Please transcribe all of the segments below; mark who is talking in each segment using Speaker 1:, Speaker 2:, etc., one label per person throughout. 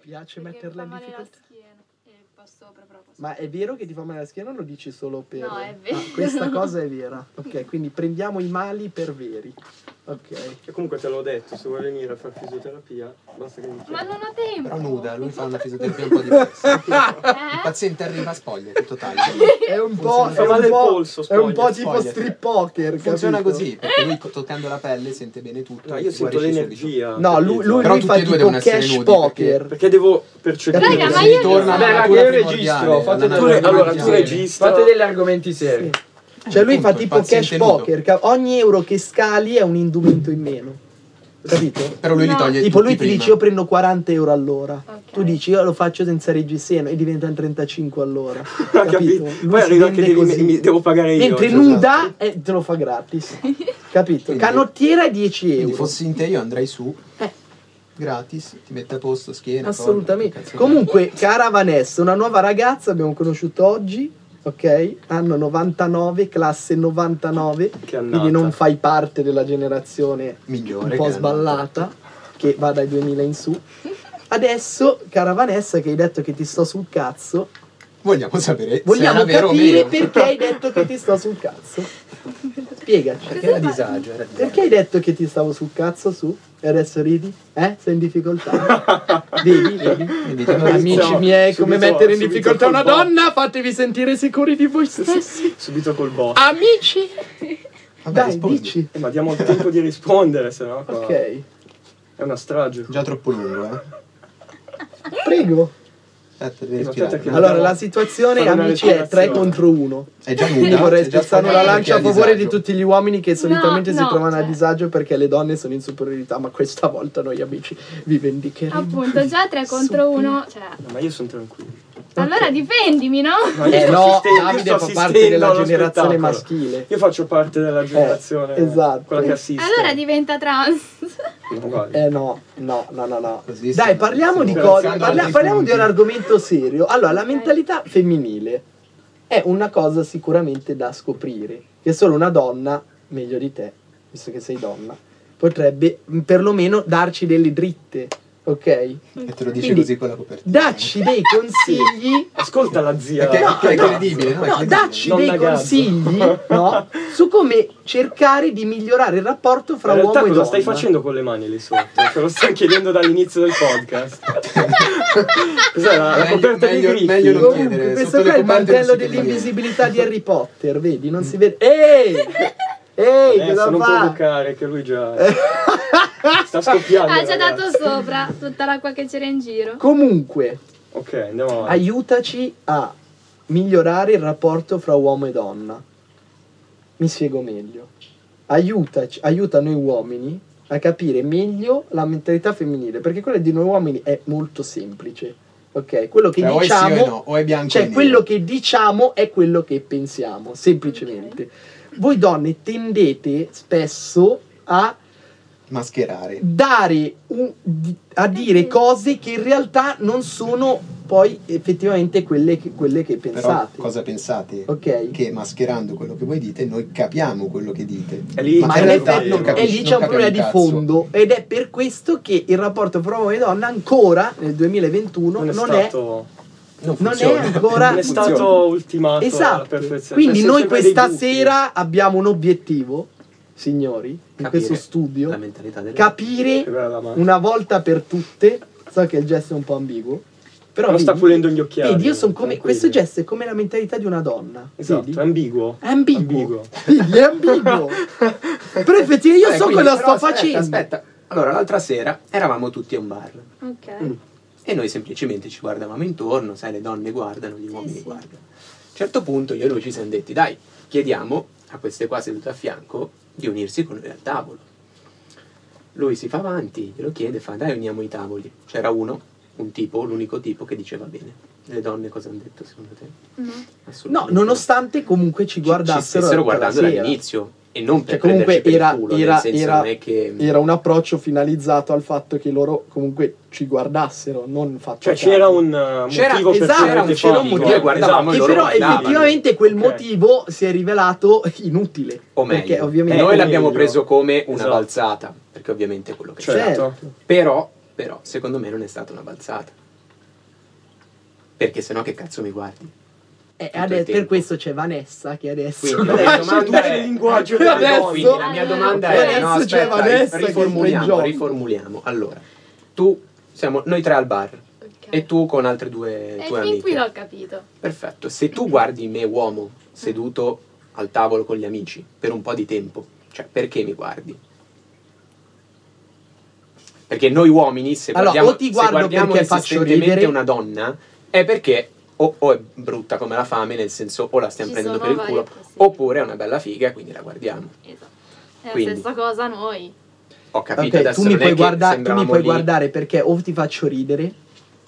Speaker 1: piace
Speaker 2: Perché mi
Speaker 1: metterla
Speaker 2: fa
Speaker 1: in
Speaker 2: male la
Speaker 1: difficoltà.
Speaker 2: schiena. E qua sopra, però. qua
Speaker 1: Ma
Speaker 2: sopra.
Speaker 1: è vero che ti fa male la schiena o lo dici solo per...
Speaker 2: No, è vero.
Speaker 1: Ah, questa cosa è vera. Ok, quindi prendiamo i mali per veri. Ok.
Speaker 3: Che comunque te l'ho detto, se vuoi venire a fare fisioterapia, basta che mi chiedi.
Speaker 2: Ma non ho tempo.
Speaker 4: Però nuda, lui fa una
Speaker 1: Cioè,
Speaker 4: fisioterapia un po' diversa. Il
Speaker 2: Eh?
Speaker 4: paziente arriva a spoglia, tutto taglio.
Speaker 1: È un po',
Speaker 4: Funziona
Speaker 1: è
Speaker 3: Fa male
Speaker 1: un
Speaker 3: il
Speaker 1: po',
Speaker 3: polso,
Speaker 1: è un po'
Speaker 3: spoglia,
Speaker 1: tipo
Speaker 4: spoglia.
Speaker 1: strip poker.
Speaker 4: Funziona
Speaker 1: capito?
Speaker 4: così, perché lui co- toccando la pelle sente bene tutto.
Speaker 3: No,
Speaker 4: e
Speaker 3: io
Speaker 4: si
Speaker 3: sento
Speaker 4: guarisce subito.
Speaker 3: l'energia.
Speaker 1: No, lui, lui,
Speaker 4: Però
Speaker 1: lui
Speaker 4: tutti
Speaker 1: fa
Speaker 4: e due
Speaker 1: tipo
Speaker 4: devono essere
Speaker 1: cash
Speaker 4: nudi,
Speaker 1: poker.
Speaker 3: Perché devo percepire...
Speaker 2: Raga,
Speaker 4: Si
Speaker 2: ma io-
Speaker 4: ritorna alla
Speaker 5: Beh, raga,
Speaker 4: natura
Speaker 5: io
Speaker 4: primordiale,
Speaker 5: registro, fate
Speaker 4: alla
Speaker 5: tu-
Speaker 3: allora,
Speaker 4: natura
Speaker 3: tu
Speaker 4: primordiale.
Speaker 3: registri
Speaker 5: Fate degli argomenti seri.
Speaker 1: Cioè lui fa
Speaker 4: Appunto, il
Speaker 1: tipo cash
Speaker 4: paziente nudo.
Speaker 1: poker. ca- Ogni euro che scali è un indumento in meno. Capito?
Speaker 4: Però lui
Speaker 2: No.
Speaker 4: li toglie
Speaker 1: Tipo
Speaker 4: Eh, tutti
Speaker 1: lui ti
Speaker 4: prima.
Speaker 1: dice io prendo 40 euro all'ora.
Speaker 2: Ok.
Speaker 1: Tu dici io lo faccio senza reggiseno e diventano 35 all'ora.
Speaker 3: Ho capito?
Speaker 1: capito?
Speaker 3: Poi
Speaker 1: Lui si
Speaker 3: arriva che
Speaker 1: vende
Speaker 3: devi,
Speaker 1: così.
Speaker 3: mi, devo pagare io.
Speaker 1: Mentre
Speaker 3: cioè,
Speaker 1: nuda eh, te lo fa gratis. Capito?
Speaker 4: Quindi-
Speaker 1: Canottiera è 10
Speaker 4: Quindi
Speaker 1: euro.
Speaker 4: fossi in te io andrei su,
Speaker 1: Eh.
Speaker 4: gratis, ti mette a posto, schiena, collo,
Speaker 1: Assolutamente.
Speaker 4: cazzo.
Speaker 1: Comunque, cara Vanessa, una nuova ragazza abbiamo conosciuto oggi, ok? Anno 99, classe 99,
Speaker 3: Che annata.
Speaker 1: quindi non fai parte della generazione
Speaker 4: cioè, migliore.
Speaker 1: un po'
Speaker 4: che-
Speaker 1: sballata che va dai 2000 in su. Adesso, cara Vanessa, che hai detto che ti sto sul cazzo,
Speaker 4: Vogliamo sapere
Speaker 1: vogliamo
Speaker 4: se era vero o
Speaker 1: capire
Speaker 4: meno.
Speaker 1: perché hai detto che ti sto sul cazzo. Spiegaci.
Speaker 5: Perché era disagio, era disagio.
Speaker 1: Perché hai detto che ti stavo sul cazzo su? E adesso ridi? Eh? Sei in difficoltà? vedi, vedi?
Speaker 4: Quindi dicono-
Speaker 1: Amici miei,
Speaker 3: subito-
Speaker 1: come mettere in
Speaker 3: subito
Speaker 1: difficoltà
Speaker 3: col
Speaker 1: una
Speaker 3: botto.
Speaker 1: donna? Fatevi sentire sicuri di voi stessi.
Speaker 3: Subito col bot.
Speaker 1: Amici!
Speaker 4: Vabbè,
Speaker 1: Dai,
Speaker 4: rispondi.
Speaker 1: dici.
Speaker 3: Eh, ma diamo il tempo di rispondere, se no qua
Speaker 1: Ok,
Speaker 3: è una strage.
Speaker 4: Già troppo lungo, eh.
Speaker 1: prego.
Speaker 4: Aspetta, devi
Speaker 3: Eh, ma aspetta
Speaker 4: respirare.
Speaker 3: che-
Speaker 1: Allora, la situazione,
Speaker 3: Fare una
Speaker 1: amici, è 3
Speaker 3: respirazione.
Speaker 1: contro 1.
Speaker 4: È già nuda.
Speaker 1: Quindi vorrei
Speaker 4: è già
Speaker 1: spezzare Esatto, la
Speaker 4: sfogata,
Speaker 1: lancia a
Speaker 4: perché è
Speaker 1: favore di
Speaker 4: disagio.
Speaker 1: tutti gli uomini che solitamente si
Speaker 2: no,
Speaker 1: trovano a
Speaker 2: cioè-
Speaker 1: disagio perché le donne sono in superiorità, ma questa volta noi amici vi vendicheremo.
Speaker 2: Appunto, già 3 contro 1. Cioè,
Speaker 3: No, ma io sono tranquillo.
Speaker 2: allora difendimi, no?
Speaker 3: Ma io
Speaker 1: Eh
Speaker 3: sto
Speaker 1: no,
Speaker 3: assistendo- io
Speaker 1: Davide
Speaker 3: sto
Speaker 1: fa parte
Speaker 3: assistendo
Speaker 1: della
Speaker 3: allo
Speaker 1: generazione
Speaker 3: spettacolo.
Speaker 1: maschile. Eh,
Speaker 3: Io faccio parte della generazione,
Speaker 1: esatto.
Speaker 3: quella che assiste.
Speaker 2: Allora diventa trans.
Speaker 3: No, guarda.
Speaker 1: Eh no, no, no, no, no.
Speaker 4: Così
Speaker 1: Dai,
Speaker 4: stiamo-
Speaker 1: parliamo di
Speaker 4: stiamo
Speaker 1: cose,
Speaker 4: scherzando
Speaker 1: parla-
Speaker 4: altri
Speaker 1: parliamo di un
Speaker 4: punti.
Speaker 1: argomento serio. Allora, la
Speaker 2: Ok.
Speaker 1: mentalità femminile è una cosa sicuramente da scoprire, che solo una donna, meglio di te, visto che sei donna, potrebbe mh, perlomeno darci delle dritte, ok?
Speaker 4: E te lo dice
Speaker 1: Quindi-
Speaker 4: così con la copertina.
Speaker 1: Dacci dei consigli
Speaker 3: Ascolta la zia.
Speaker 4: Eh, Perché
Speaker 1: No,
Speaker 4: è
Speaker 1: no.
Speaker 4: credibile, no? È
Speaker 1: No,
Speaker 4: credibile.
Speaker 1: dacci
Speaker 3: Non
Speaker 1: dei
Speaker 3: da gazzo.
Speaker 1: consigli no, su come cercare di migliorare il rapporto fra
Speaker 3: in
Speaker 1: uomo
Speaker 3: realtà
Speaker 1: e
Speaker 3: cosa
Speaker 1: donna.
Speaker 3: stai facendo con le mani lì sotto? Te lo sto chiedendo dall'inizio del podcast. Cos'è la, la
Speaker 4: Meglio-
Speaker 3: coperta di
Speaker 4: meglio-
Speaker 3: griffi?
Speaker 4: meglio non
Speaker 1: Comunque,
Speaker 4: chiedere,
Speaker 1: questo
Speaker 4: sotto
Speaker 1: qua è
Speaker 4: le
Speaker 1: il
Speaker 4: coperte
Speaker 1: mantello
Speaker 4: non si vede
Speaker 1: dell'invisibilità di Harry Potter, vedi? Non si vede. Ehi! Ehi,
Speaker 3: Adesso
Speaker 1: cosa
Speaker 3: Eh, non
Speaker 1: fa?
Speaker 3: provocare che lui già sta scoppiando.
Speaker 2: Ah, Ha già
Speaker 3: ragazzi.
Speaker 2: dato sopra tutta l'acqua che c'era in giro.
Speaker 1: Comunque,
Speaker 3: Ok, andiamo avanti.
Speaker 1: aiutaci a migliorare il rapporto fra uomo e donna. Mi spiego meglio. Aiutaci, aiuta noi uomini a capire meglio la mentalità femminile, perché quella di noi uomini è molto semplice. Ok, quello che
Speaker 4: Cioè, o è sì
Speaker 1: diciamo
Speaker 4: o è no, o è bianco o
Speaker 1: Cioè,
Speaker 4: è
Speaker 1: quello
Speaker 4: nero.
Speaker 1: che diciamo è quello che pensiamo, semplicemente. Voi donne tendete spesso a
Speaker 4: Mascherare.
Speaker 1: dare un- di- a dire cose che in realtà non sono poi effettivamente quelle che, quelle che
Speaker 4: Però
Speaker 1: pensate.
Speaker 4: cosa pensate?
Speaker 1: ok?
Speaker 4: Che mascherando quello che voi dite, noi capiamo quello che dite.
Speaker 3: È lì-
Speaker 1: Ma
Speaker 3: in
Speaker 1: in
Speaker 3: realtà
Speaker 1: effetti
Speaker 3: non
Speaker 1: e
Speaker 3: capisci,
Speaker 1: lì c'è un problema di fondo ed è per questo che il rapporto fra uomo e donna ancora nel 2021
Speaker 3: non è
Speaker 1: non è
Speaker 3: stato,
Speaker 4: Non,
Speaker 1: non è
Speaker 4: funziona.
Speaker 1: ancora
Speaker 3: non è
Speaker 4: funziona.
Speaker 3: stato ultimato alla
Speaker 1: Esatto.
Speaker 3: perfezione.
Speaker 1: Quindi
Speaker 3: Cioè,
Speaker 1: noi
Speaker 3: sempre dei eh,
Speaker 1: questa
Speaker 3: buchi.
Speaker 1: sera abbiamo un obiettivo, signori, in
Speaker 5: Capire
Speaker 1: questo
Speaker 5: La
Speaker 1: studio,
Speaker 5: mentalità delle
Speaker 3: Che
Speaker 1: capire
Speaker 3: bella la mano.
Speaker 1: una volta per tutte, so che il gesto è un po' ambiguo, però
Speaker 3: Però sta
Speaker 1: vedi-
Speaker 3: pulendo gli occhiali. eh,
Speaker 1: vedi, io sono come
Speaker 3: tranquilli.
Speaker 1: questo gesto è come la mentalità di una donna, vedi?
Speaker 3: Esatto, ambiguo.
Speaker 1: È ambiguo.
Speaker 3: Ambiguo. Eh,
Speaker 1: Vedi, è ambiguo. però effettivamente io
Speaker 5: Vabbè,
Speaker 1: so
Speaker 5: Eh, quindi,
Speaker 1: cosa
Speaker 5: però
Speaker 1: sto
Speaker 5: aspetta,
Speaker 1: facendo.
Speaker 5: Aspetta, allora l'altra sera eravamo tutti a un bar
Speaker 2: Ok.
Speaker 5: e noi semplicemente ci guardavamo intorno, sai, le donne guardano, gli
Speaker 2: Sì,
Speaker 5: uomini
Speaker 2: sì.
Speaker 5: guardano. A un certo punto io e lui ci siamo detti, dai, chiediamo a queste qua sedute a fianco di unirsi con noi al tavolo. Lui si fa avanti, glielo chiede, fa, dai, uniamo i tavoli. C'era uno, un tipo, l'unico tipo che diceva bene. Le donne cosa hanno detto secondo te?
Speaker 2: No.
Speaker 1: No,
Speaker 5: Assolutamente
Speaker 1: nonostante comunque ci
Speaker 5: Ci- ci
Speaker 1: guardassero
Speaker 5: stessero
Speaker 1: tutta la
Speaker 5: guardando
Speaker 1: sera.
Speaker 5: dall'inizio e non
Speaker 1: Cioè,
Speaker 5: per
Speaker 1: comunque
Speaker 5: prenderci per
Speaker 1: era,
Speaker 5: il culo,
Speaker 1: era-
Speaker 5: nel senso
Speaker 1: era-
Speaker 5: non è che
Speaker 1: era un approccio finalizzato al fatto che loro comunque ci guardassero, non faccio
Speaker 3: Cioè
Speaker 1: caso.
Speaker 3: c'era un eh,
Speaker 5: C'era-
Speaker 3: motivo per
Speaker 1: esatto,
Speaker 3: cui avete
Speaker 1: c'era un
Speaker 3: fatto.
Speaker 1: motivo,
Speaker 3: Esatto.
Speaker 5: guardavamo
Speaker 1: che
Speaker 5: e loro
Speaker 1: però
Speaker 5: guardavano.
Speaker 1: effettivamente quel
Speaker 3: Ok.
Speaker 1: motivo si è rivelato inutile.
Speaker 5: o meglio,
Speaker 1: perché ovviamente...
Speaker 3: Eh,
Speaker 5: noi
Speaker 3: come
Speaker 5: l'abbiamo
Speaker 3: meglio.
Speaker 5: preso come una
Speaker 3: Esatto.
Speaker 5: balzata, perché ovviamente è quello che
Speaker 3: Cioè,
Speaker 5: c'era.
Speaker 1: certo.
Speaker 5: Però, però, secondo me non è stata una balzata. Perché sennò che cazzo mi guardi?
Speaker 1: Eh,
Speaker 5: tutto
Speaker 1: ha
Speaker 5: il
Speaker 1: detto- per
Speaker 5: tempo.
Speaker 1: questo c'è Vanessa che adesso...
Speaker 5: Quindi,
Speaker 3: Adesso
Speaker 5: la mia domanda
Speaker 3: seduce
Speaker 5: è-
Speaker 3: il linguaggio
Speaker 1: delle
Speaker 5: Adesso,
Speaker 1: donne.
Speaker 5: quindi la mia domanda è: no,
Speaker 1: Adesso c'è
Speaker 5: aspetta,
Speaker 1: Vanessa che è in
Speaker 5: riformuliamo,
Speaker 1: gioco.
Speaker 5: riformuliamo. Allora, tu siamo noi tre al bar
Speaker 2: Ok.
Speaker 5: e tu con altre due
Speaker 2: E
Speaker 5: tue
Speaker 2: fin qui
Speaker 5: amiche.
Speaker 2: l'ho capito.
Speaker 5: Perfetto. Se tu guardi me uomo
Speaker 1: Mm.
Speaker 5: seduto al tavolo con gli amici per un po' di tempo, cioè perché mi guardi? Perché noi uomini, se
Speaker 1: Allora,
Speaker 5: guardiamo,
Speaker 1: o ti guardo
Speaker 5: se guardiamo
Speaker 1: perché faccio
Speaker 5: insistentemente
Speaker 1: ridere-
Speaker 5: una donna, è perché o, o è brutta come la fame, nel senso o la stiamo
Speaker 2: Ci
Speaker 5: prendendo per
Speaker 2: sono
Speaker 5: il
Speaker 2: varie
Speaker 5: culo,
Speaker 2: possibilità.
Speaker 5: oppure è una bella figa, quindi la guardiamo.
Speaker 2: Esatto. È
Speaker 5: Quindi.
Speaker 2: la stessa cosa noi.
Speaker 5: Ho
Speaker 1: Ok,
Speaker 5: capito adesso
Speaker 1: tu mi
Speaker 5: non è
Speaker 1: puoi,
Speaker 5: che
Speaker 1: guarda- tu mi
Speaker 5: sembravamo
Speaker 1: puoi
Speaker 5: lì-
Speaker 1: guardare perché o ti faccio ridere,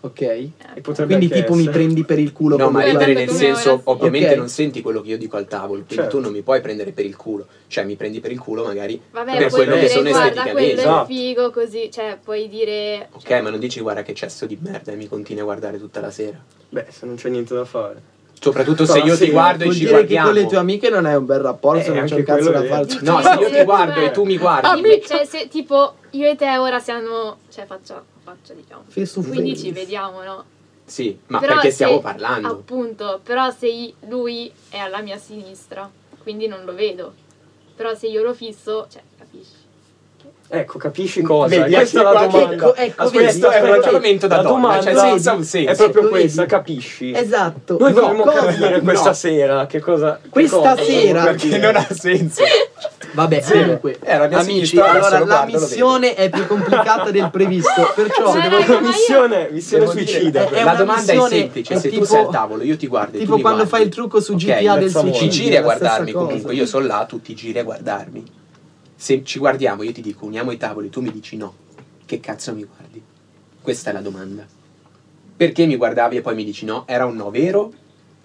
Speaker 1: ok?
Speaker 3: E potrebbe
Speaker 1: Quindi
Speaker 3: anche
Speaker 1: tipo mi
Speaker 3: essere.
Speaker 1: prendi per il culo
Speaker 5: No,
Speaker 1: con
Speaker 5: ma
Speaker 2: Quello
Speaker 1: quella-
Speaker 5: ridere
Speaker 2: perché
Speaker 5: nel
Speaker 2: tu
Speaker 5: senso,
Speaker 2: vuoi una-
Speaker 5: ovviamente
Speaker 1: Ok.
Speaker 5: non senti quello che io dico al tavolo, quindi
Speaker 3: Certo.
Speaker 5: tu non mi puoi prendere per il culo, cioè mi prendi per il culo magari
Speaker 2: Vabbè,
Speaker 5: per
Speaker 2: puoi
Speaker 5: quello che
Speaker 2: dire
Speaker 5: sono
Speaker 2: guarda quello
Speaker 5: esteticamente.
Speaker 3: Esatto.
Speaker 2: è figo così, cioè puoi dire
Speaker 5: Ok,
Speaker 2: cioè,
Speaker 5: ma non dici guarda che cesso di merda e mi continui a guardare tutta la sera.
Speaker 3: Beh, se non c'è niente da fare.
Speaker 5: Soprattutto se
Speaker 3: Però
Speaker 5: io
Speaker 3: sì,
Speaker 5: ti guardo e
Speaker 1: Vuol
Speaker 5: ci
Speaker 1: dire che
Speaker 5: guardiamo.
Speaker 1: con le tue amiche non hai un bel rapporto, non
Speaker 3: Eh,
Speaker 1: c'è
Speaker 3: anche
Speaker 1: un cazzo
Speaker 3: quello
Speaker 1: da
Speaker 3: è
Speaker 1: farci. Cioè,
Speaker 3: vero.
Speaker 5: No, se io ti guardo e tu mi guardi,
Speaker 2: Dimmi- cioè, se tipo io e te ora siamo, cioè faccio, faccio diciamo
Speaker 1: Face to face.
Speaker 2: 15 vediamo, no?
Speaker 5: sì, ma
Speaker 2: Però
Speaker 5: perché
Speaker 2: se-
Speaker 5: stiamo parlando?
Speaker 2: Appunto, però se i- lui è alla mia sinistra, quindi non lo vedo. Però se io lo fisso, cioè, capisci?
Speaker 3: Ecco, capisci cosa?
Speaker 5: Vedi,
Speaker 3: questa è la
Speaker 5: guarda,
Speaker 3: domanda.
Speaker 1: ecco, ecco,
Speaker 3: Aspetta,
Speaker 1: vedi,
Speaker 3: questo è un
Speaker 1: aspetta.
Speaker 5: ragionamento
Speaker 3: ragionamento
Speaker 5: da
Speaker 3: da
Speaker 5: donna,
Speaker 3: domanda.
Speaker 5: cioè, senza un
Speaker 3: È
Speaker 5: senso.
Speaker 3: proprio
Speaker 1: Lo vedi?
Speaker 3: questa, capisci?
Speaker 1: Esatto.
Speaker 3: Noi
Speaker 1: No,
Speaker 3: dovremmo
Speaker 1: cosa?
Speaker 3: capire questa
Speaker 5: No.
Speaker 3: sera che cosa che
Speaker 1: Questa
Speaker 3: cosa dovremmo
Speaker 1: sera?
Speaker 3: capire.
Speaker 5: Perché non ha senso.
Speaker 1: Vabbè, comunque.
Speaker 5: Eh, la mia
Speaker 1: Amici,
Speaker 5: sinistra, adesso
Speaker 1: allora
Speaker 5: lo
Speaker 1: la
Speaker 5: guardo, lo
Speaker 1: missione è più complicata del previsto, perciò
Speaker 2: Se
Speaker 3: Devo-
Speaker 2: raga, ma io-
Speaker 3: missione, missione
Speaker 1: Devo dire,
Speaker 3: suicida.
Speaker 1: eh, è
Speaker 5: la
Speaker 1: una
Speaker 5: domanda è
Speaker 1: missione,
Speaker 5: semplice,
Speaker 1: è
Speaker 5: se tu
Speaker 1: tipo-
Speaker 5: sei al tavolo, io ti guardo e tu
Speaker 1: tipo
Speaker 5: mi
Speaker 1: quando
Speaker 5: guardi.
Speaker 1: fai il trucco su
Speaker 5: Ok,
Speaker 1: GTA del
Speaker 3: Mazzamolle.
Speaker 1: suicidio.
Speaker 5: Ci giri
Speaker 1: è
Speaker 5: a
Speaker 1: la stessa
Speaker 5: guardarmi
Speaker 1: cosa.
Speaker 5: comunque, io sono là, tu ti giri a guardarmi. Se ci guardiamo, io ti dico uniamo i tavoli, tu mi dici no. Che cazzo mi guardi? Questa è la domanda. Perché mi guardavi e poi mi dici no? Era un no vero?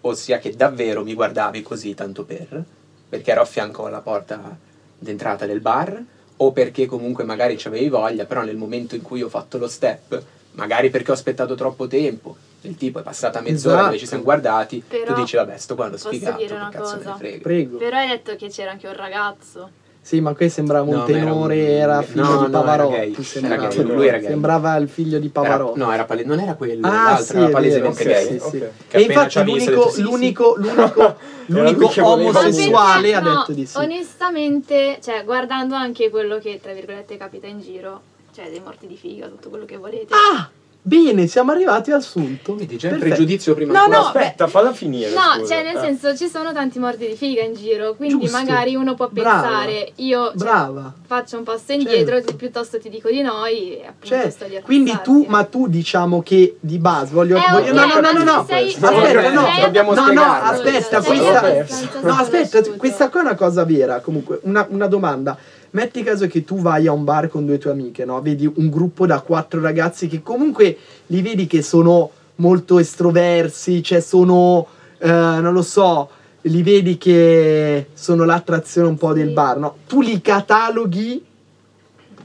Speaker 5: Ossia che davvero mi guardavi così tanto per? Perché ero a fianco alla porta d'entrata del bar? O perché comunque magari ci avevi voglia, però nel momento in cui ho fatto lo step, magari perché ho aspettato troppo tempo, il tipo è passata mezz'ora,
Speaker 1: Esatto.
Speaker 5: noi ci siamo guardati,
Speaker 2: Però
Speaker 5: tu dici vabbè sto qua l'ho
Speaker 2: posso
Speaker 5: sfigato,
Speaker 2: dire
Speaker 5: che
Speaker 2: una
Speaker 5: cazzo me ne
Speaker 2: cosa?
Speaker 5: frega.
Speaker 1: Prego.
Speaker 2: Però hai detto che c'era anche un ragazzo.
Speaker 1: Sì, ma qui sembrava un
Speaker 5: No, ma era un-
Speaker 1: tenore, era,
Speaker 5: no,
Speaker 1: figlio
Speaker 5: no,
Speaker 1: di
Speaker 5: era
Speaker 1: Pavarotti.
Speaker 5: gay. Era
Speaker 1: sembrava.
Speaker 5: gay, lui era gay.
Speaker 1: Sembrava il figlio di
Speaker 5: Era-
Speaker 1: Pavarotti.
Speaker 5: no, era pale- non era quello,
Speaker 1: Ah,
Speaker 5: l'altro
Speaker 1: sì, è
Speaker 5: era
Speaker 1: vero,
Speaker 5: palesemente
Speaker 1: sì,
Speaker 5: gay.
Speaker 1: sì, sì.
Speaker 3: ok.
Speaker 5: Che
Speaker 1: E
Speaker 5: appena
Speaker 1: infatti
Speaker 5: ci ha visto, ha
Speaker 1: l'unico,
Speaker 5: detto, "Sì, sì".
Speaker 1: l'unico, l'unico,
Speaker 3: Era lui
Speaker 1: l'unico
Speaker 3: che voleva
Speaker 1: omosessuale
Speaker 2: Ma
Speaker 1: ha
Speaker 2: perché no,
Speaker 1: detto di sì.
Speaker 2: Onestamente, cioè, guardando anche quello che tra virgolette capita in giro, cioè dei morti di figa, tutto quello che volete.
Speaker 1: Ah, bene, siamo arrivati al sunto.
Speaker 5: Vedi, già il
Speaker 1: Perfetto.
Speaker 5: pregiudizio prima
Speaker 1: No,
Speaker 5: ancora.
Speaker 1: no,
Speaker 3: Aspetta, falla finire.
Speaker 2: No,
Speaker 3: scusa.
Speaker 2: cioè nel
Speaker 3: Eh.
Speaker 2: senso ci sono tanti morti di figa in giro, quindi
Speaker 1: Giusto.
Speaker 2: magari uno può
Speaker 1: Brava.
Speaker 2: pensare io cioè,
Speaker 1: Brava.
Speaker 2: faccio un passo indietro
Speaker 1: Certo.
Speaker 2: ti- piuttosto ti dico di no e appunto
Speaker 1: Cioè,
Speaker 2: sto lì a
Speaker 1: quindi tu,
Speaker 2: pensarti.
Speaker 1: ma tu diciamo che di base voglio,
Speaker 2: Eh,
Speaker 1: voglio-
Speaker 2: ok,
Speaker 1: no, no, no,
Speaker 2: ma
Speaker 1: no, no,
Speaker 2: se sei-
Speaker 1: aspetta,
Speaker 5: eh,
Speaker 1: no,
Speaker 5: dobbiamo
Speaker 1: no, no,
Speaker 5: spiegarlo.
Speaker 1: aspetta,
Speaker 2: Sei
Speaker 1: questa,
Speaker 2: abbastanza
Speaker 1: no, aspetta,
Speaker 2: sconosciuto.
Speaker 1: questa qua è una cosa vera, comunque, una, una domanda, metti caso che tu vai a un bar con due tue amiche, no, vedi un gruppo da quattro ragazzi che comunque li vedi che sono molto estroversi, cioè sono, eh, non lo so, li vedi che sono l'attrazione un po' del
Speaker 2: Sì.
Speaker 1: bar, no, tu li cataloghi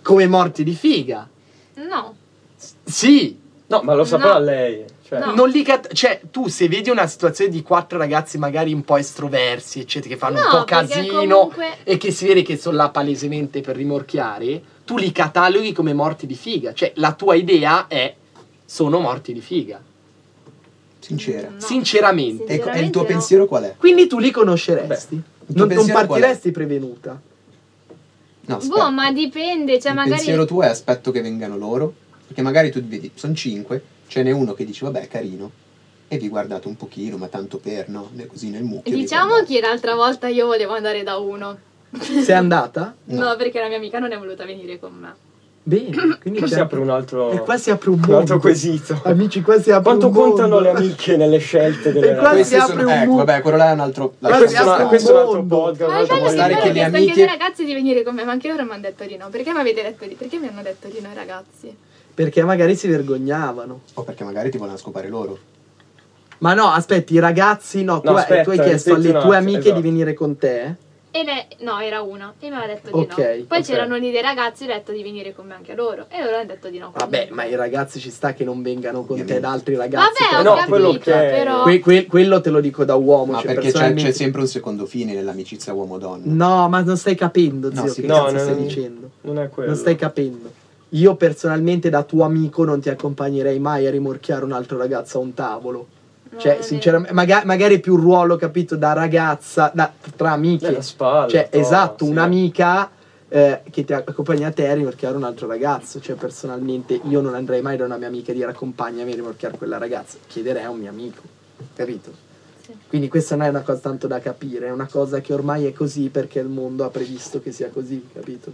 Speaker 1: come morti di figa,
Speaker 2: No,
Speaker 1: sì,
Speaker 3: No, ma lo saprà
Speaker 2: No.
Speaker 3: lei. Cioè,
Speaker 2: No.
Speaker 1: Non li cat- cioè, tu se vedi una situazione di quattro ragazzi magari un po' estroversi, eccetera, che fanno un
Speaker 2: No,
Speaker 1: po'
Speaker 2: perché
Speaker 1: casino
Speaker 2: comunque-
Speaker 1: e che si vede che sono là palesemente per rimorchiare, tu li cataloghi come morti di figa. Cioè, la tua idea è sono morti di figa.
Speaker 4: Sincera.
Speaker 2: No.
Speaker 1: Sinceramente.
Speaker 2: Sì.
Speaker 4: E, co- e il tuo
Speaker 2: Sinceramente no.
Speaker 4: pensiero qual è?
Speaker 1: Quindi tu li conosceresti.
Speaker 4: il tuo
Speaker 1: non, non
Speaker 4: pensiero qual è?
Speaker 1: partiresti prevenuta.
Speaker 4: No, aspetta.
Speaker 2: boh, ma dipende, cioè
Speaker 4: il
Speaker 2: magari
Speaker 4: pensiero tuo è aspetto che vengano loro, perché magari tu vedi, sono cinque, ce n'è uno che dice vabbè carino, e vi guardate un pochino, ma tanto per, no? Ne- Così nel mucchio. vi
Speaker 2: diciamo
Speaker 4: guardate.
Speaker 2: che l'altra volta io volevo andare da uno.
Speaker 1: Sei andata?
Speaker 2: No. perché la mia amica non è voluta venire con me.
Speaker 1: Bene. Quindi
Speaker 3: Qua
Speaker 1: c'è-
Speaker 3: si apre un altro,
Speaker 1: E qua si apre un
Speaker 3: un altro
Speaker 1: mondo.
Speaker 3: quesito.
Speaker 1: Amici, qua si apre
Speaker 3: Quanto
Speaker 1: un mondo.
Speaker 3: contano le amiche nelle scelte delle
Speaker 1: E qua
Speaker 3: ragazze?
Speaker 1: si
Speaker 4: Questi
Speaker 1: apre
Speaker 4: sono-
Speaker 1: un
Speaker 4: ecco,
Speaker 1: mu-
Speaker 4: vabbè, quello là è un altro...
Speaker 1: Qua
Speaker 4: lasciamo
Speaker 1: si
Speaker 3: questo, è
Speaker 1: apre un
Speaker 3: una- questo è
Speaker 4: stare.
Speaker 3: un altro
Speaker 1: mondo.
Speaker 3: podcast.
Speaker 2: Ma è bello
Speaker 3: un'altra
Speaker 2: che
Speaker 4: può
Speaker 2: però
Speaker 4: stare
Speaker 2: ho
Speaker 3: volta.
Speaker 4: che le
Speaker 2: chiesto anche
Speaker 4: amiche-
Speaker 2: ai ragazzi di venire con me, ma anche loro mi hanno detto di no. Perché mi avete detto di? Perché mi hanno detto di no i ragazzi?
Speaker 1: Perché magari si vergognavano.
Speaker 4: O perché magari ti vogliono scopare loro.
Speaker 1: Ma no, aspetti, i ragazzi, no, tu,
Speaker 3: No,
Speaker 1: hai- tu hai
Speaker 3: aspetta,
Speaker 1: chiesto alle
Speaker 3: ripeti un
Speaker 1: tue
Speaker 3: attimo,
Speaker 1: amiche
Speaker 3: esatto.
Speaker 1: di venire con te?
Speaker 2: E lei, no, era uno e mi aveva detto
Speaker 1: Ok,
Speaker 2: di no. Poi
Speaker 3: ok.
Speaker 2: c'erano lì dei ragazzi, ho detto di venire con me anche loro. E loro hanno detto di no. con
Speaker 1: Vabbè,
Speaker 2: me.
Speaker 1: ma i ragazzi ci sta che non vengano con te
Speaker 4: Ovviamente.
Speaker 1: da altri ragazzi.
Speaker 2: Vabbè, ho
Speaker 1: però-
Speaker 3: no,
Speaker 2: capito,
Speaker 3: quello che-
Speaker 2: però.
Speaker 1: Que- que- quello te lo dico da uomo,
Speaker 4: Ma
Speaker 1: cioè
Speaker 4: perché c'è,
Speaker 1: personalmente.
Speaker 4: c'è sempre un secondo fine nell'amicizia uomo-donna.
Speaker 1: No, ma non stai capendo,
Speaker 4: No,
Speaker 1: zio,
Speaker 4: sì,
Speaker 1: che
Speaker 4: no,
Speaker 1: cazzo
Speaker 3: no,
Speaker 1: stai
Speaker 3: no, no.
Speaker 1: dicendo?
Speaker 3: Non è quello.
Speaker 1: Non stai capendo. Io personalmente da tuo amico non ti accompagnerei mai a rimorchiare un altro ragazzo a un tavolo. Cioè, sinceramente, maga- magari è più un ruolo, capito, da ragazza, da- tra amiche.
Speaker 4: Eh,
Speaker 3: Nella spalla.
Speaker 1: Cioè,
Speaker 3: toh,
Speaker 1: esatto,
Speaker 3: sì.
Speaker 1: un'amica eh, che ti accompagna a te a rimorchiare un altro ragazzo. Cioè, personalmente, io non andrei mai da una mia amica e dire accompagnami a rimorchiare quella ragazza. Chiederei a un mio amico, capito?
Speaker 2: Sì.
Speaker 1: Quindi questa non è una cosa tanto da capire, è una cosa che ormai è così perché il mondo ha previsto che sia così, capito?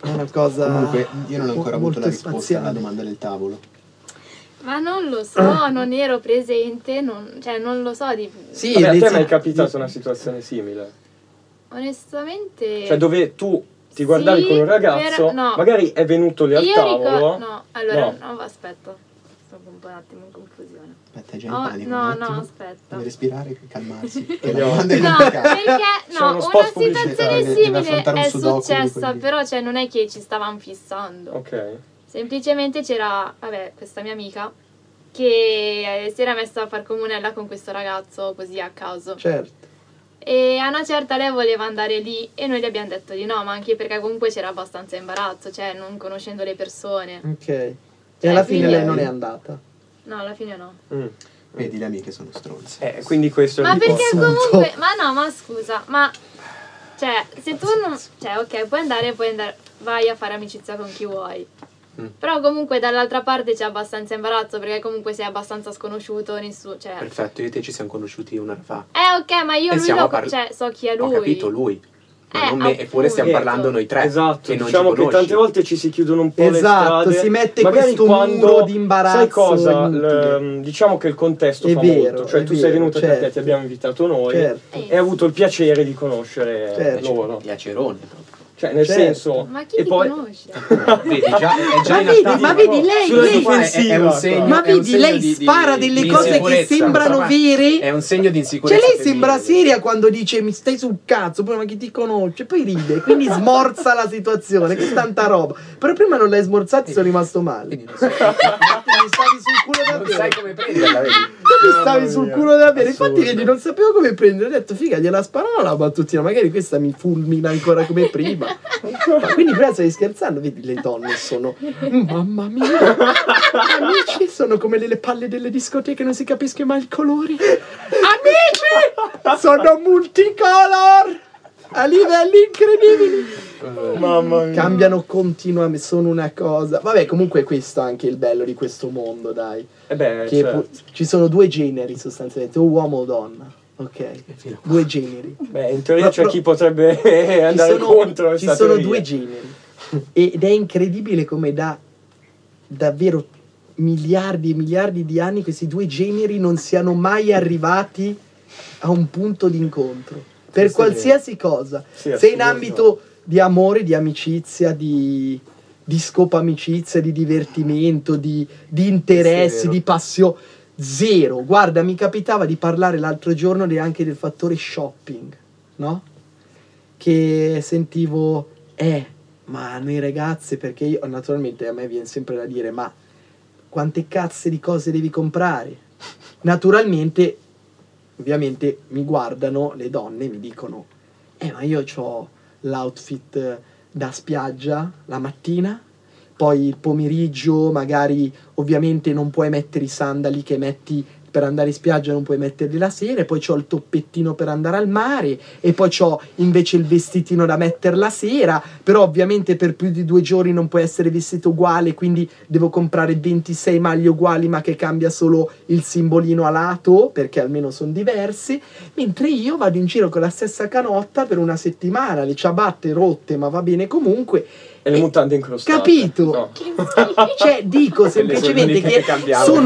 Speaker 1: È una cosa.
Speaker 4: Comunque, io non ho ancora avuto
Speaker 1: molto
Speaker 4: la risposta
Speaker 1: spaziale.
Speaker 4: alla domanda del tavolo.
Speaker 2: Ma non lo so, non ero presente, non, cioè non lo so di...
Speaker 1: Sì,
Speaker 3: Vabbè, a te
Speaker 1: le-
Speaker 3: mai è capitata una situazione simile?
Speaker 2: Onestamente...
Speaker 3: Cioè, dove tu ti
Speaker 2: Sì,
Speaker 3: guardavi con un ragazzo,
Speaker 2: per- no.
Speaker 3: magari è venuto lì al
Speaker 2: Io
Speaker 3: tavolo.
Speaker 2: ricordo... No, allora,
Speaker 3: No.
Speaker 2: no. aspetta. Sto un po' un attimo in confusione.
Speaker 4: Aspetta, già in
Speaker 2: Oh,
Speaker 4: panico.
Speaker 2: no,
Speaker 4: un
Speaker 2: no,
Speaker 4: attimo.
Speaker 2: aspetta.
Speaker 4: Deve respirare, calmarsi. Che la
Speaker 3: Andiamo.
Speaker 4: domanda è
Speaker 2: No,
Speaker 4: complicata.
Speaker 2: perché
Speaker 3: C'è
Speaker 2: no,
Speaker 3: uno
Speaker 2: una
Speaker 3: spot pubblicitario,
Speaker 2: situazione
Speaker 4: deve
Speaker 2: simile
Speaker 4: affrontare un
Speaker 2: è
Speaker 4: sudoku di
Speaker 2: successa,
Speaker 4: quelli.
Speaker 2: però cioè, non è che ci stavamo fissando.
Speaker 3: Ok.
Speaker 2: Semplicemente c'era, vabbè, questa mia amica che eh, si era messa a far comunella con questo ragazzo così a caso.
Speaker 1: Certo.
Speaker 2: E a una certa lei voleva andare lì e noi le abbiamo detto di no, ma anche perché comunque c'era abbastanza imbarazzo, cioè non conoscendo le persone.
Speaker 1: Ok. E
Speaker 2: Cioè,
Speaker 1: alla fine
Speaker 2: quindi-
Speaker 1: lei non è andata.
Speaker 2: No, alla fine no.
Speaker 3: Mm.
Speaker 4: Vedi, le amiche sono stronze.
Speaker 3: Eh, quindi questo è
Speaker 2: Ma
Speaker 3: il
Speaker 2: perché
Speaker 3: discorso.
Speaker 1: Assunto.
Speaker 2: comunque. Ma no, ma scusa, ma. Cioè, se tu non. Cioè, ok, puoi andare, puoi andare. Vai a fare amicizia con chi vuoi.
Speaker 5: Mm.
Speaker 2: Però comunque dall'altra parte c'è abbastanza imbarazzo perché comunque sei abbastanza sconosciuto, nessuno. Cioè.
Speaker 5: Perfetto, io e te ci siamo conosciuti un'ora fa.
Speaker 2: Eh, ok, ma io
Speaker 5: E
Speaker 2: lui
Speaker 5: siamo
Speaker 2: lo.
Speaker 5: par-
Speaker 2: cioè, so chi è
Speaker 5: Ho
Speaker 2: lui.
Speaker 5: capito lui. Ma
Speaker 2: Eh,
Speaker 5: non me, eppure stiamo
Speaker 3: appunto.
Speaker 5: parlando noi tre.
Speaker 3: Esatto,
Speaker 5: e non
Speaker 3: diciamo
Speaker 5: ci
Speaker 3: che
Speaker 5: conosci.
Speaker 3: tante volte ci si chiudono un po'
Speaker 1: Esatto,
Speaker 3: le strade.
Speaker 1: si mette
Speaker 3: Magari
Speaker 1: questo
Speaker 3: quando,
Speaker 1: muro di imbarazzo
Speaker 3: Sai cosa?
Speaker 1: inutile.
Speaker 3: L- diciamo che il contesto
Speaker 1: È
Speaker 3: fa
Speaker 1: vero,
Speaker 3: molto. Cioè,
Speaker 1: è
Speaker 3: tu sei
Speaker 1: vero,
Speaker 3: venuto perché
Speaker 1: certo.
Speaker 3: ti abbiamo invitato noi
Speaker 1: Certo.
Speaker 2: Eh,
Speaker 3: e hai avuto il piacere di conoscere
Speaker 1: Certo.
Speaker 3: loro.
Speaker 5: Piacerone proprio.
Speaker 3: Cioè, nel
Speaker 1: Certo.
Speaker 3: senso.
Speaker 2: Ma chi
Speaker 3: e
Speaker 2: ti
Speaker 3: poi.
Speaker 2: conosce?
Speaker 5: Vedi, già, è già
Speaker 1: Ma
Speaker 5: in
Speaker 1: vedi,
Speaker 5: attacco.
Speaker 1: ma vedi, lei-
Speaker 3: Sulla
Speaker 1: lei-
Speaker 5: Qua è-
Speaker 3: difensiva.
Speaker 5: è un
Speaker 3: qua.
Speaker 5: segno-
Speaker 1: Ma
Speaker 5: è un
Speaker 1: vedi,
Speaker 5: segno
Speaker 1: lei
Speaker 5: di- di-
Speaker 1: spara delle
Speaker 5: di
Speaker 1: cose che
Speaker 5: insicurezza,
Speaker 1: sembrano
Speaker 5: insomma,
Speaker 1: vere.
Speaker 5: È un segno di
Speaker 1: Cioè,
Speaker 5: insicurezza.
Speaker 1: lei sembra
Speaker 5: femminile.
Speaker 1: seria quando dice mi stai sul cazzo, poi ma chi ti conosce? Poi ride, quindi smorza la situazione, che tanta roba. Però prima non l'hai smorzato e sono rimasto male.
Speaker 5: Quindi non so-
Speaker 1: Mi stavi sul culo
Speaker 5: non sai
Speaker 1: davvero.
Speaker 5: come prenderla, vedi?
Speaker 1: Tu mi
Speaker 3: Mamma
Speaker 1: stavi
Speaker 3: mia,
Speaker 1: sul culo davvero. Infatti,
Speaker 3: assurdo.
Speaker 1: vedi, non sapevo come prendere. Ho detto, figa, gliela sparavo la battutina. Magari questa mi fulmina ancora come prima. Ma quindi prima stavi scherzando. Vedi, le donne sono. Mamma mia! Amici sono come le, le palle delle discoteche, non si capisce mai il colore. Amici! Sono multicolor! A livelli incredibili!
Speaker 3: Mamma mia.
Speaker 1: Cambiano continuamente, sono una cosa. Vabbè, comunque questo è anche il bello di questo mondo, dai.
Speaker 3: Eh beh,
Speaker 1: Che
Speaker 3: certo.
Speaker 1: pu- ci sono due generi sostanzialmente, o uomo o donna, ok?
Speaker 5: fino a qua.
Speaker 1: Due generi. Ci
Speaker 3: Beh, in teoria
Speaker 1: Ma
Speaker 3: c'è
Speaker 1: pro-
Speaker 3: chi potrebbe andare
Speaker 1: sono-
Speaker 3: contro.
Speaker 1: Ci
Speaker 3: questa
Speaker 1: sono
Speaker 3: teoria.
Speaker 1: due generi. Ed è incredibile come da davvero miliardi e miliardi di anni questi due generi non siano mai arrivati a un punto d'incontro. Per
Speaker 3: Questo è vero.
Speaker 1: qualsiasi cosa.
Speaker 3: Sì,
Speaker 1: Se in
Speaker 3: assolutamente.
Speaker 1: ambito di amore, di amicizia, di, di scopo amicizia, di divertimento, di, di
Speaker 5: Sì, è
Speaker 1: interessi,
Speaker 5: vero.
Speaker 1: di passione, zero. Guarda, mi capitava di parlare l'altro giorno de- anche del fattore shopping, no? Che sentivo, eh, ma noi ragazze, perché io, naturalmente a me viene sempre da dire, ma quante cazze di cose devi comprare? Naturalmente, ovviamente, mi guardano le donne e mi dicono, eh, ma io ho l'outfit eh, da spiaggia la mattina, poi il pomeriggio magari ovviamente non puoi mettere i sandali che metti per andare in spiaggia non puoi metterli la sera, e poi ho il toppettino per andare al mare e poi ho invece il vestitino da mettere la sera, però ovviamente per più di due giorni non puoi essere vestito uguale, quindi devo comprare 26 maglie uguali ma che cambia solo il simbolino a lato perché almeno sono diversi, mentre io vado in giro con la stessa canotta per una settimana, le ciabatte rotte ma va bene comunque
Speaker 3: E le mutande incrostate.
Speaker 1: Capito?
Speaker 3: No.
Speaker 1: cioè dico semplicemente
Speaker 5: sono
Speaker 1: che
Speaker 5: le uniche che
Speaker 1: sono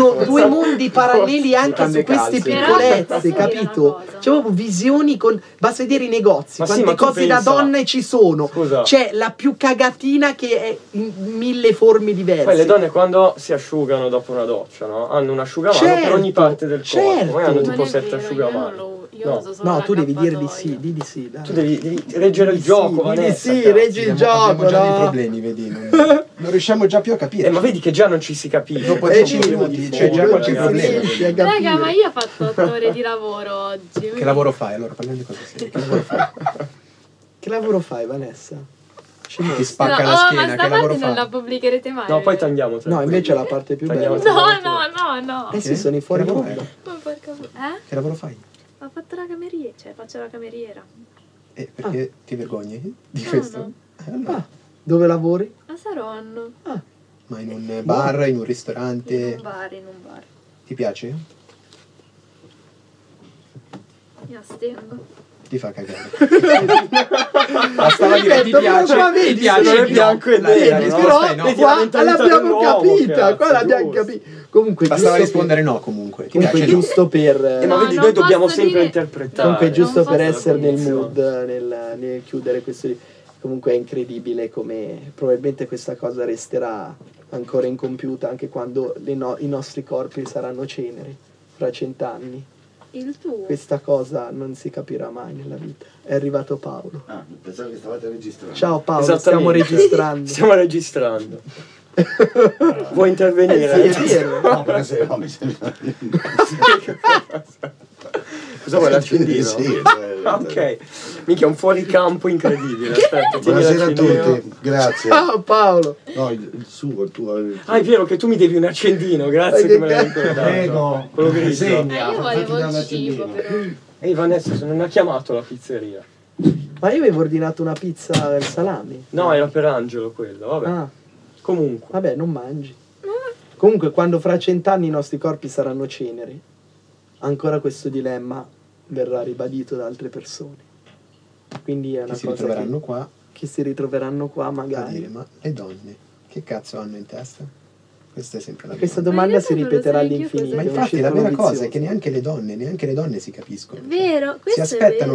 Speaker 5: cambiamo.
Speaker 1: due mondi paralleli anche su
Speaker 5: Tante
Speaker 1: queste
Speaker 5: calze.
Speaker 2: Però
Speaker 1: piccolezze
Speaker 2: posso dire una
Speaker 1: capito?
Speaker 2: cosa?
Speaker 1: Cioè proprio visioni con basta vedere i negozi
Speaker 3: Ma sì,
Speaker 1: quante
Speaker 3: ma tu
Speaker 1: cose da
Speaker 3: pensa-
Speaker 1: donne ci sono
Speaker 3: Scusa.
Speaker 1: c'è la più cagatina che è in mille forme diverse
Speaker 3: Poi le donne quando si asciugano dopo una doccia, no? Hanno un asciugamano per
Speaker 1: Certo,
Speaker 3: ogni parte del
Speaker 1: certo.
Speaker 3: corpo. Poi hanno
Speaker 1: Non
Speaker 3: tipo
Speaker 2: è
Speaker 3: sette
Speaker 2: vero, io non
Speaker 3: asciugamani.
Speaker 2: lo io
Speaker 3: No.
Speaker 2: uso solo
Speaker 1: no tu devi dire di
Speaker 2: l'accappatoio.
Speaker 1: sì di di sì dai.
Speaker 3: Tu devi, devi reggere il
Speaker 1: Di
Speaker 3: gioco,
Speaker 1: sì, di
Speaker 3: Vanessa,
Speaker 1: sì
Speaker 3: cazzo.
Speaker 1: reggi il
Speaker 4: Abbiamo-
Speaker 1: gioco
Speaker 4: Abbiamo già dei
Speaker 1: no?
Speaker 4: problemi, vedi. Non, non riusciamo già più a capire.
Speaker 3: Eh, ma vedi che già non ci si capisce.
Speaker 4: Dopo
Speaker 3: C'è un
Speaker 4: dieci
Speaker 3: problema
Speaker 4: minuti
Speaker 3: di
Speaker 4: c'è
Speaker 3: fondo,
Speaker 4: già qualche
Speaker 3: ragazzi.
Speaker 4: problema.
Speaker 1: Riesci a
Speaker 2: Raga, ma
Speaker 1: capire.
Speaker 2: io ho fatto 8 ore di lavoro oggi.
Speaker 4: Che lavoro fai? Allora, parliamo di cose serie. Che lavoro fai?
Speaker 1: che lavoro fai Vanessa? Ci
Speaker 4: Ti
Speaker 1: metti?
Speaker 4: spacca
Speaker 2: No,
Speaker 4: la
Speaker 2: oh, ma
Speaker 4: schiena,
Speaker 2: sta
Speaker 4: che lavoro
Speaker 2: parte non la
Speaker 4: fai?
Speaker 2: pubblicherete mai.
Speaker 3: No, poi
Speaker 2: vero?
Speaker 3: Cioè, tagliamo.
Speaker 1: no
Speaker 3: tranquilli.
Speaker 1: invece è la parte più
Speaker 3: Tagliamo
Speaker 1: bella
Speaker 3: tra-
Speaker 2: No, no, no, no.
Speaker 1: eh sì
Speaker 4: Che?
Speaker 1: sono i fuori
Speaker 4: Che lavoro
Speaker 1: onda
Speaker 4: è?
Speaker 2: Ma porca Eh?
Speaker 4: Che lavoro fai?
Speaker 2: Ho fatto la cameriera, cioè faccio la cameriera.
Speaker 4: Eh, perché ti vergogni di
Speaker 2: No,
Speaker 4: questo?
Speaker 2: no.
Speaker 4: Eh, allora,
Speaker 1: Ah, dove lavori?
Speaker 2: A Saronno.
Speaker 4: Ma in
Speaker 1: Boh.
Speaker 4: un bar, in un ristorante,
Speaker 2: In un bar, in un bar.
Speaker 4: ti piace?
Speaker 2: Mi astengo.
Speaker 4: Ti fa cagare.
Speaker 3: Bastava dire ti
Speaker 1: Perfetto, però
Speaker 3: piace,
Speaker 1: qua
Speaker 3: ti
Speaker 1: vedi,
Speaker 3: piace,
Speaker 1: sì,
Speaker 3: è bianco e
Speaker 1: vedi,
Speaker 3: nero, no?
Speaker 1: però
Speaker 3: Aspetta, no,
Speaker 1: qua
Speaker 3: vedi la mentalità
Speaker 1: l'abbiamo
Speaker 3: dell'uomo,
Speaker 1: capita,
Speaker 3: cazzo,
Speaker 1: qua l'abbiamo
Speaker 3: giusto.
Speaker 1: capita. Comunque,
Speaker 4: Bastava
Speaker 1: giusto
Speaker 4: rispondere no comunque.
Speaker 1: per-
Speaker 4: Ti piace
Speaker 1: comunque
Speaker 4: no?
Speaker 1: giusto per...
Speaker 3: Eh, ma
Speaker 2: No,
Speaker 3: vedi,
Speaker 2: non
Speaker 3: noi dobbiamo
Speaker 2: posso
Speaker 3: sempre
Speaker 2: dire-
Speaker 3: interpretare.
Speaker 1: Comunque,
Speaker 2: Dai,
Speaker 1: giusto
Speaker 2: non posso
Speaker 1: per essere nel
Speaker 2: dire.
Speaker 1: mood, nel, nel chiudere questo lì. Comunque è incredibile come probabilmente questa cosa resterà ancora incompiuta anche quando le no- i nostri corpi saranno ceneri fra cent'anni.
Speaker 2: Il tuo.
Speaker 1: Questa cosa non si capirà mai nella vita. È arrivato Paolo.
Speaker 6: Ah, pensavo che stavate registrando.
Speaker 1: Ciao Paolo,
Speaker 3: Esattamente.
Speaker 1: stiamo registrando.
Speaker 3: Stiamo registrando. Vuoi intervenire?
Speaker 1: Eh sì, è vero.
Speaker 6: No, perché se no mi sembra...
Speaker 3: Cosa vuoi l'accendino?
Speaker 6: Sì,
Speaker 3: Ah, ok. Minchia, è un fuoricampo incredibile. Aspetta, tieni
Speaker 6: Buonasera a
Speaker 3: l'accendino.
Speaker 6: tutti, grazie.
Speaker 1: Ciao Paolo.
Speaker 6: No, il, il suo, il tuo... il-
Speaker 3: Ah, è vero che tu mi devi un accendino, grazie
Speaker 1: Ma
Speaker 3: che
Speaker 1: che
Speaker 3: me l'hai
Speaker 1: cazzo?
Speaker 3: ricordato.
Speaker 6: Prego,
Speaker 3: Quello grigio.
Speaker 2: Eh,
Speaker 6: segna.
Speaker 2: io
Speaker 6: Fatti
Speaker 2: volevo
Speaker 6: dare
Speaker 2: il cibo,
Speaker 6: l'accendino.
Speaker 2: però.
Speaker 3: Ehi Vanessa, se non ha chiamato la pizzeria.
Speaker 1: Ma io avevo ordinato una pizza al salame.
Speaker 3: No, era per Angelo quello, vabbè.
Speaker 1: Ah,
Speaker 3: Comunque.
Speaker 1: vabbè, non mangi. Comunque, quando fra cent'anni i nostri corpi saranno ceneri, ancora questo dilemma verrà ribadito da altre persone. Quindi è una
Speaker 4: Che si
Speaker 1: cosa che,
Speaker 4: ritroveranno qua
Speaker 1: che si ritroveranno qua
Speaker 4: a dire
Speaker 1: magari.
Speaker 4: ma le donne che cazzo hanno in testa? Questa è sempre la
Speaker 1: Questa
Speaker 4: domanda.
Speaker 2: in
Speaker 1: domanda si
Speaker 2: realtà non
Speaker 1: ripeterà
Speaker 2: lo sai neanch'io
Speaker 1: all'infinito.
Speaker 4: Ma
Speaker 2: cosa-
Speaker 1: è un
Speaker 4: infatti la
Speaker 1: circolo
Speaker 4: vera cosa è
Speaker 1: vizioso.
Speaker 4: che neanche le donne, neanche le donne si capiscono.
Speaker 2: Vero,
Speaker 4: si
Speaker 2: questo è
Speaker 4: aspettano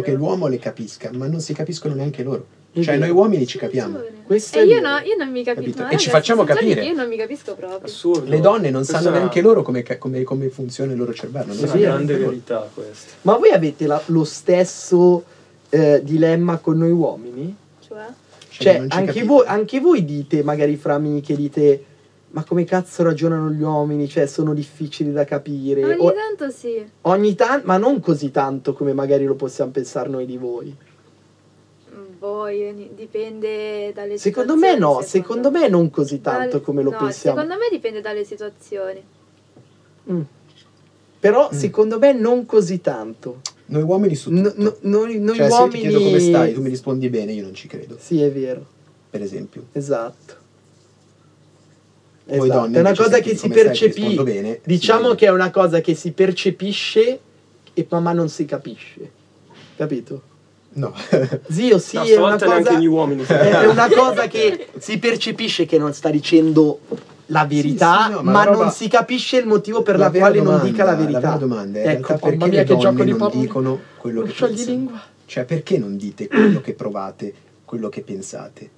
Speaker 2: vero.
Speaker 4: che l'uomo le capisca, ma non si capiscono neanche loro.
Speaker 1: È
Speaker 4: Cioè
Speaker 1: vero.
Speaker 4: noi uomini ci capiamo.
Speaker 1: Questo
Speaker 2: e
Speaker 1: è
Speaker 2: Eh, io,
Speaker 1: vero.
Speaker 2: no, io non mi capisco.
Speaker 4: Capito?
Speaker 2: ma
Speaker 4: E ci
Speaker 2: ragazzi,
Speaker 4: facciamo
Speaker 2: senza di
Speaker 4: capire.
Speaker 2: che Io non mi capisco proprio.
Speaker 3: Assurdo.
Speaker 4: Le donne non
Speaker 3: Questa
Speaker 4: sanno
Speaker 3: è una-
Speaker 4: neanche loro come, ca- come- come funziona il loro cervello. non
Speaker 3: Questa
Speaker 4: lo
Speaker 3: è
Speaker 1: Sì,
Speaker 3: una
Speaker 4: sanno
Speaker 1: è
Speaker 3: grande
Speaker 4: neanche loro.
Speaker 3: verità questa.
Speaker 1: Ma voi avete la- lo stesso eh, dilemma con noi uomini?
Speaker 2: Cioè,
Speaker 1: Cioè,
Speaker 4: non ci
Speaker 1: anche
Speaker 4: capite.
Speaker 1: voi, anche voi dite, magari fra amiche, dite, ma come cazzo ragionano gli uomini? Cioè, sono difficili da capire.
Speaker 2: ogni
Speaker 1: Eh, O-
Speaker 2: tanto sì.
Speaker 1: ogni tanto, ma non così tanto come magari lo possiamo pensare noi di voi.
Speaker 2: Voi, ogni- dipende dalle
Speaker 1: Secondo
Speaker 2: situazioni.
Speaker 1: me no, secondo me non così tanto
Speaker 2: Dal-
Speaker 1: come lo
Speaker 2: no,
Speaker 1: pensiamo.
Speaker 2: Secondo me dipende dalle situazioni.
Speaker 1: Mm. Però
Speaker 4: Mm.
Speaker 1: secondo me non così tanto.
Speaker 4: Noi uomini su tutto.
Speaker 1: No- no- noi noi
Speaker 4: cioè,
Speaker 1: uomini...
Speaker 4: se io ti chiedo come stai, tu mi rispondi bene, io non ci credo,
Speaker 1: Sì, è vero,
Speaker 4: per esempio.
Speaker 1: esatto.
Speaker 4: Voi
Speaker 1: Esatto,
Speaker 4: donne
Speaker 1: è una
Speaker 4: invece,
Speaker 1: cosa
Speaker 4: se
Speaker 1: che
Speaker 4: dici
Speaker 1: si
Speaker 4: come stai, ti
Speaker 1: percepì.
Speaker 4: rispondo bene,
Speaker 1: Diciamo
Speaker 4: sì,
Speaker 1: che è una cosa che si percepisce e ma ma non si capisce. Capito?
Speaker 4: No,
Speaker 1: Zio, sì,
Speaker 3: no,
Speaker 1: è una
Speaker 3: stavolta neanche
Speaker 1: cosa
Speaker 3: gli uomini.
Speaker 1: è è una cosa che si percepisce che non sta dicendo la verità,
Speaker 4: sì, no,
Speaker 1: ma,
Speaker 4: ma la roba-
Speaker 1: non si capisce il motivo per
Speaker 4: La
Speaker 1: la,
Speaker 4: vera
Speaker 1: quale non
Speaker 4: domanda-
Speaker 1: dica la
Speaker 4: La
Speaker 1: verità.
Speaker 4: vera domanda è in
Speaker 1: ecco,
Speaker 4: realtà
Speaker 1: mamma
Speaker 4: perché
Speaker 1: mia
Speaker 4: le
Speaker 1: che
Speaker 4: donne
Speaker 1: gioco di
Speaker 4: non
Speaker 1: parole.
Speaker 4: dicono quello che
Speaker 1: Sciogli
Speaker 4: pensano.
Speaker 1: lingua.
Speaker 4: Cioè, perché non dite quello che provate, quello che pensate?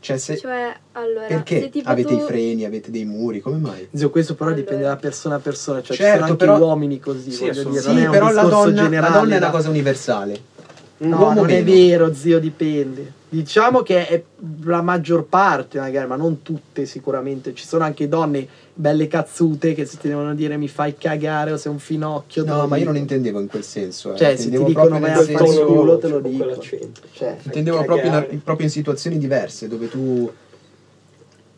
Speaker 4: Cioè, se...
Speaker 2: Cioè, allora, se
Speaker 4: perché
Speaker 2: tipo
Speaker 4: avete
Speaker 2: tu...
Speaker 4: i freni, avete dei muri, come mai?
Speaker 1: Zio, questo però
Speaker 2: Allora.
Speaker 1: dipende da persona a persona, cioè ci
Speaker 4: Certo,
Speaker 1: sono anche
Speaker 4: però-
Speaker 1: uomini così,
Speaker 3: Sì,
Speaker 1: voglio dire,
Speaker 3: assolutamente.
Speaker 4: Sì,
Speaker 1: non è un
Speaker 4: però la
Speaker 1: discorso
Speaker 4: donna, la
Speaker 1: generale
Speaker 4: donna è
Speaker 1: da-
Speaker 4: una cosa universale.
Speaker 1: No,
Speaker 4: L'uomo
Speaker 1: non è
Speaker 4: meno.
Speaker 1: vero, zio, dipende. Diciamo che è la maggior parte, magari, ma non tutte sicuramente. Ci sono anche donne belle cazzute che si ti devono dire mi fai cagare o sei un finocchio. te
Speaker 4: No,
Speaker 1: lo
Speaker 4: ma io
Speaker 1: dico.
Speaker 4: non intendevo in quel senso. eh.
Speaker 1: Cioè, se ti
Speaker 4: intendevo
Speaker 1: dicono
Speaker 4: proprio
Speaker 1: vai
Speaker 4: nel
Speaker 1: a fare il
Speaker 4: senso-
Speaker 1: culo, te lo
Speaker 3: con
Speaker 1: dico.
Speaker 3: quell'accento.
Speaker 1: Cioè,
Speaker 4: Intendevo
Speaker 3: Cagare.
Speaker 4: proprio in, proprio in situazioni diverse dove tu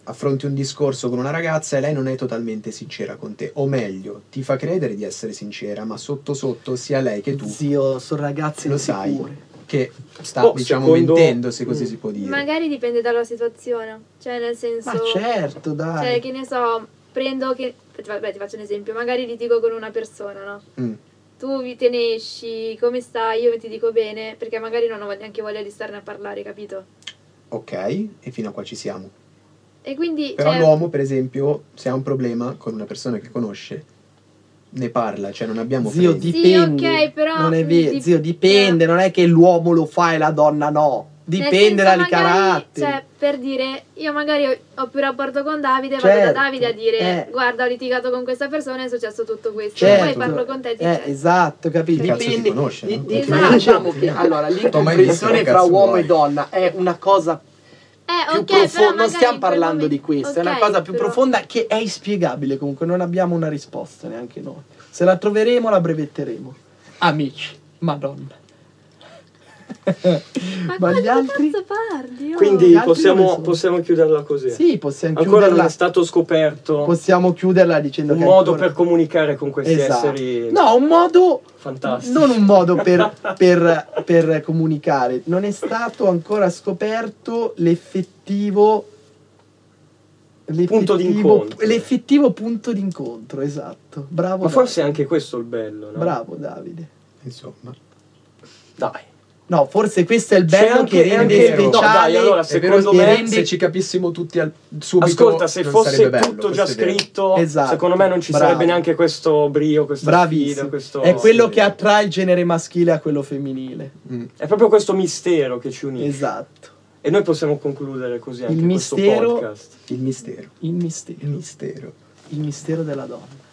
Speaker 4: affronti un discorso con una ragazza e lei non è totalmente sincera con te, o meglio, ti fa credere di essere sincera, ma sotto sotto sia lei che tu
Speaker 1: zio, sono ragazze
Speaker 4: lo sai
Speaker 1: insicure.
Speaker 4: che sta
Speaker 3: Oh,
Speaker 4: diciamo
Speaker 3: secondo-
Speaker 4: mentendo, se così
Speaker 3: Mm.
Speaker 4: si può dire.
Speaker 2: Magari dipende dalla situazione. Cioè, nel senso...
Speaker 1: Ma certo, dai.
Speaker 2: Cioè, che ne so, prendo che... Vabbè, ti faccio un esempio. Magari litigo con una persona, no?
Speaker 4: Mm.
Speaker 2: Tu vi te ne esci, come stai? Io ti dico bene, perché magari non ho vog- neanche voglia di starne a parlare, capito?
Speaker 4: Ok, e fino a qua ci siamo.
Speaker 2: E quindi...
Speaker 4: Però
Speaker 2: cioè,
Speaker 4: l'uomo, per esempio, se ha un problema con una persona che conosce, ne parla, cioè non abbiamo
Speaker 1: Zio,
Speaker 4: freni.
Speaker 1: dipende.
Speaker 2: Sì, ok, però-
Speaker 1: Non è vero,
Speaker 2: dip-
Speaker 1: zio, dipende. Non è che l'uomo lo fa e la donna no.
Speaker 2: nel
Speaker 1: Dipende
Speaker 2: senso,
Speaker 1: dal
Speaker 2: magari,
Speaker 1: carattere.
Speaker 2: Cioè, per dire, io magari ho, ho più rapporto con Davide, vado
Speaker 1: Certo,
Speaker 2: da Davide a dire,
Speaker 1: eh.
Speaker 2: guarda, ho litigato con questa persona, è successo tutto questo.
Speaker 1: Certo.
Speaker 2: Poi parlo con te e ti
Speaker 1: Eh,
Speaker 2: dice,
Speaker 1: esatto, capito?
Speaker 4: Che cazzo ti
Speaker 1: Dipende.
Speaker 4: conosce, no?
Speaker 1: di- di-
Speaker 2: Esatto.
Speaker 1: Diciamo che allora
Speaker 4: T'ho mai visto,
Speaker 1: l'incomprensione fra
Speaker 4: cazzo,
Speaker 1: uomo
Speaker 4: vuoi.
Speaker 1: e donna è una cosa
Speaker 2: eh,
Speaker 1: più
Speaker 2: ok, però
Speaker 1: profonda. Non
Speaker 2: magari
Speaker 1: stiamo
Speaker 2: in quel
Speaker 1: parlando
Speaker 2: momento-
Speaker 1: di questo, è una
Speaker 2: ok,
Speaker 1: cosa più
Speaker 2: però-
Speaker 1: profonda che è inspiegabile. Comunque, non abbiamo una risposta neanche noi. Se la troveremo, la brevetteremo. Amici, madonna.
Speaker 2: Ma
Speaker 1: Ma gli
Speaker 2: quanto
Speaker 1: altri?
Speaker 2: cazzo parli? oh?
Speaker 1: Gli
Speaker 3: Quindi
Speaker 1: altri non
Speaker 3: possiamo,
Speaker 1: so.
Speaker 3: possiamo chiuderla così.
Speaker 1: Sì, possiamo
Speaker 3: Ancora non
Speaker 1: chiuderla.
Speaker 3: è stato scoperto
Speaker 1: Possiamo chiuderla dicendo
Speaker 3: un
Speaker 1: che
Speaker 3: modo
Speaker 1: ancora-
Speaker 3: per comunicare con questi
Speaker 1: Esatto.
Speaker 3: esseri
Speaker 1: No, un modo
Speaker 3: fantastici.
Speaker 1: non un modo per, per- per comunicare, non è stato ancora scoperto l'effettivo,
Speaker 3: Punto
Speaker 1: l'effettivo-
Speaker 3: d'incontro.
Speaker 1: L'effettivo punto d'incontro, esatto. Bravo.
Speaker 3: Ma forse è
Speaker 1: Davide.
Speaker 3: anche questo il bello, no?
Speaker 1: Bravo Davide.
Speaker 4: Insomma,
Speaker 5: Dai.
Speaker 1: No, forse questo è il
Speaker 3: C'è
Speaker 1: bello
Speaker 3: anche-
Speaker 1: che rende
Speaker 3: è anche- no,
Speaker 1: speciale.
Speaker 3: dai, allora,
Speaker 4: è
Speaker 3: secondo
Speaker 4: vero che
Speaker 3: me-
Speaker 1: rende-
Speaker 4: se ci capissimo tutti al, subito
Speaker 3: Ascolta, se
Speaker 4: non
Speaker 3: fosse
Speaker 4: sarebbe bello,
Speaker 3: tutto già
Speaker 4: questo è vero.
Speaker 3: scritto,
Speaker 1: Esatto.
Speaker 3: secondo me non ci
Speaker 1: Bravo.
Speaker 3: sarebbe neanche questo brio, questa sfida,
Speaker 1: Bravissimo.
Speaker 3: questo...
Speaker 1: È quello
Speaker 4: sì.
Speaker 1: che attrae il genere maschile a quello femminile.
Speaker 4: Mm.
Speaker 3: È proprio questo mistero che ci unisce.
Speaker 1: Esatto.
Speaker 3: E noi possiamo concludere così anche
Speaker 1: Il
Speaker 3: questo
Speaker 1: mistero-
Speaker 3: podcast.
Speaker 4: Il mistero.
Speaker 1: Il
Speaker 4: Il
Speaker 1: mistero.
Speaker 4: mistero.
Speaker 1: Il mistero della donna.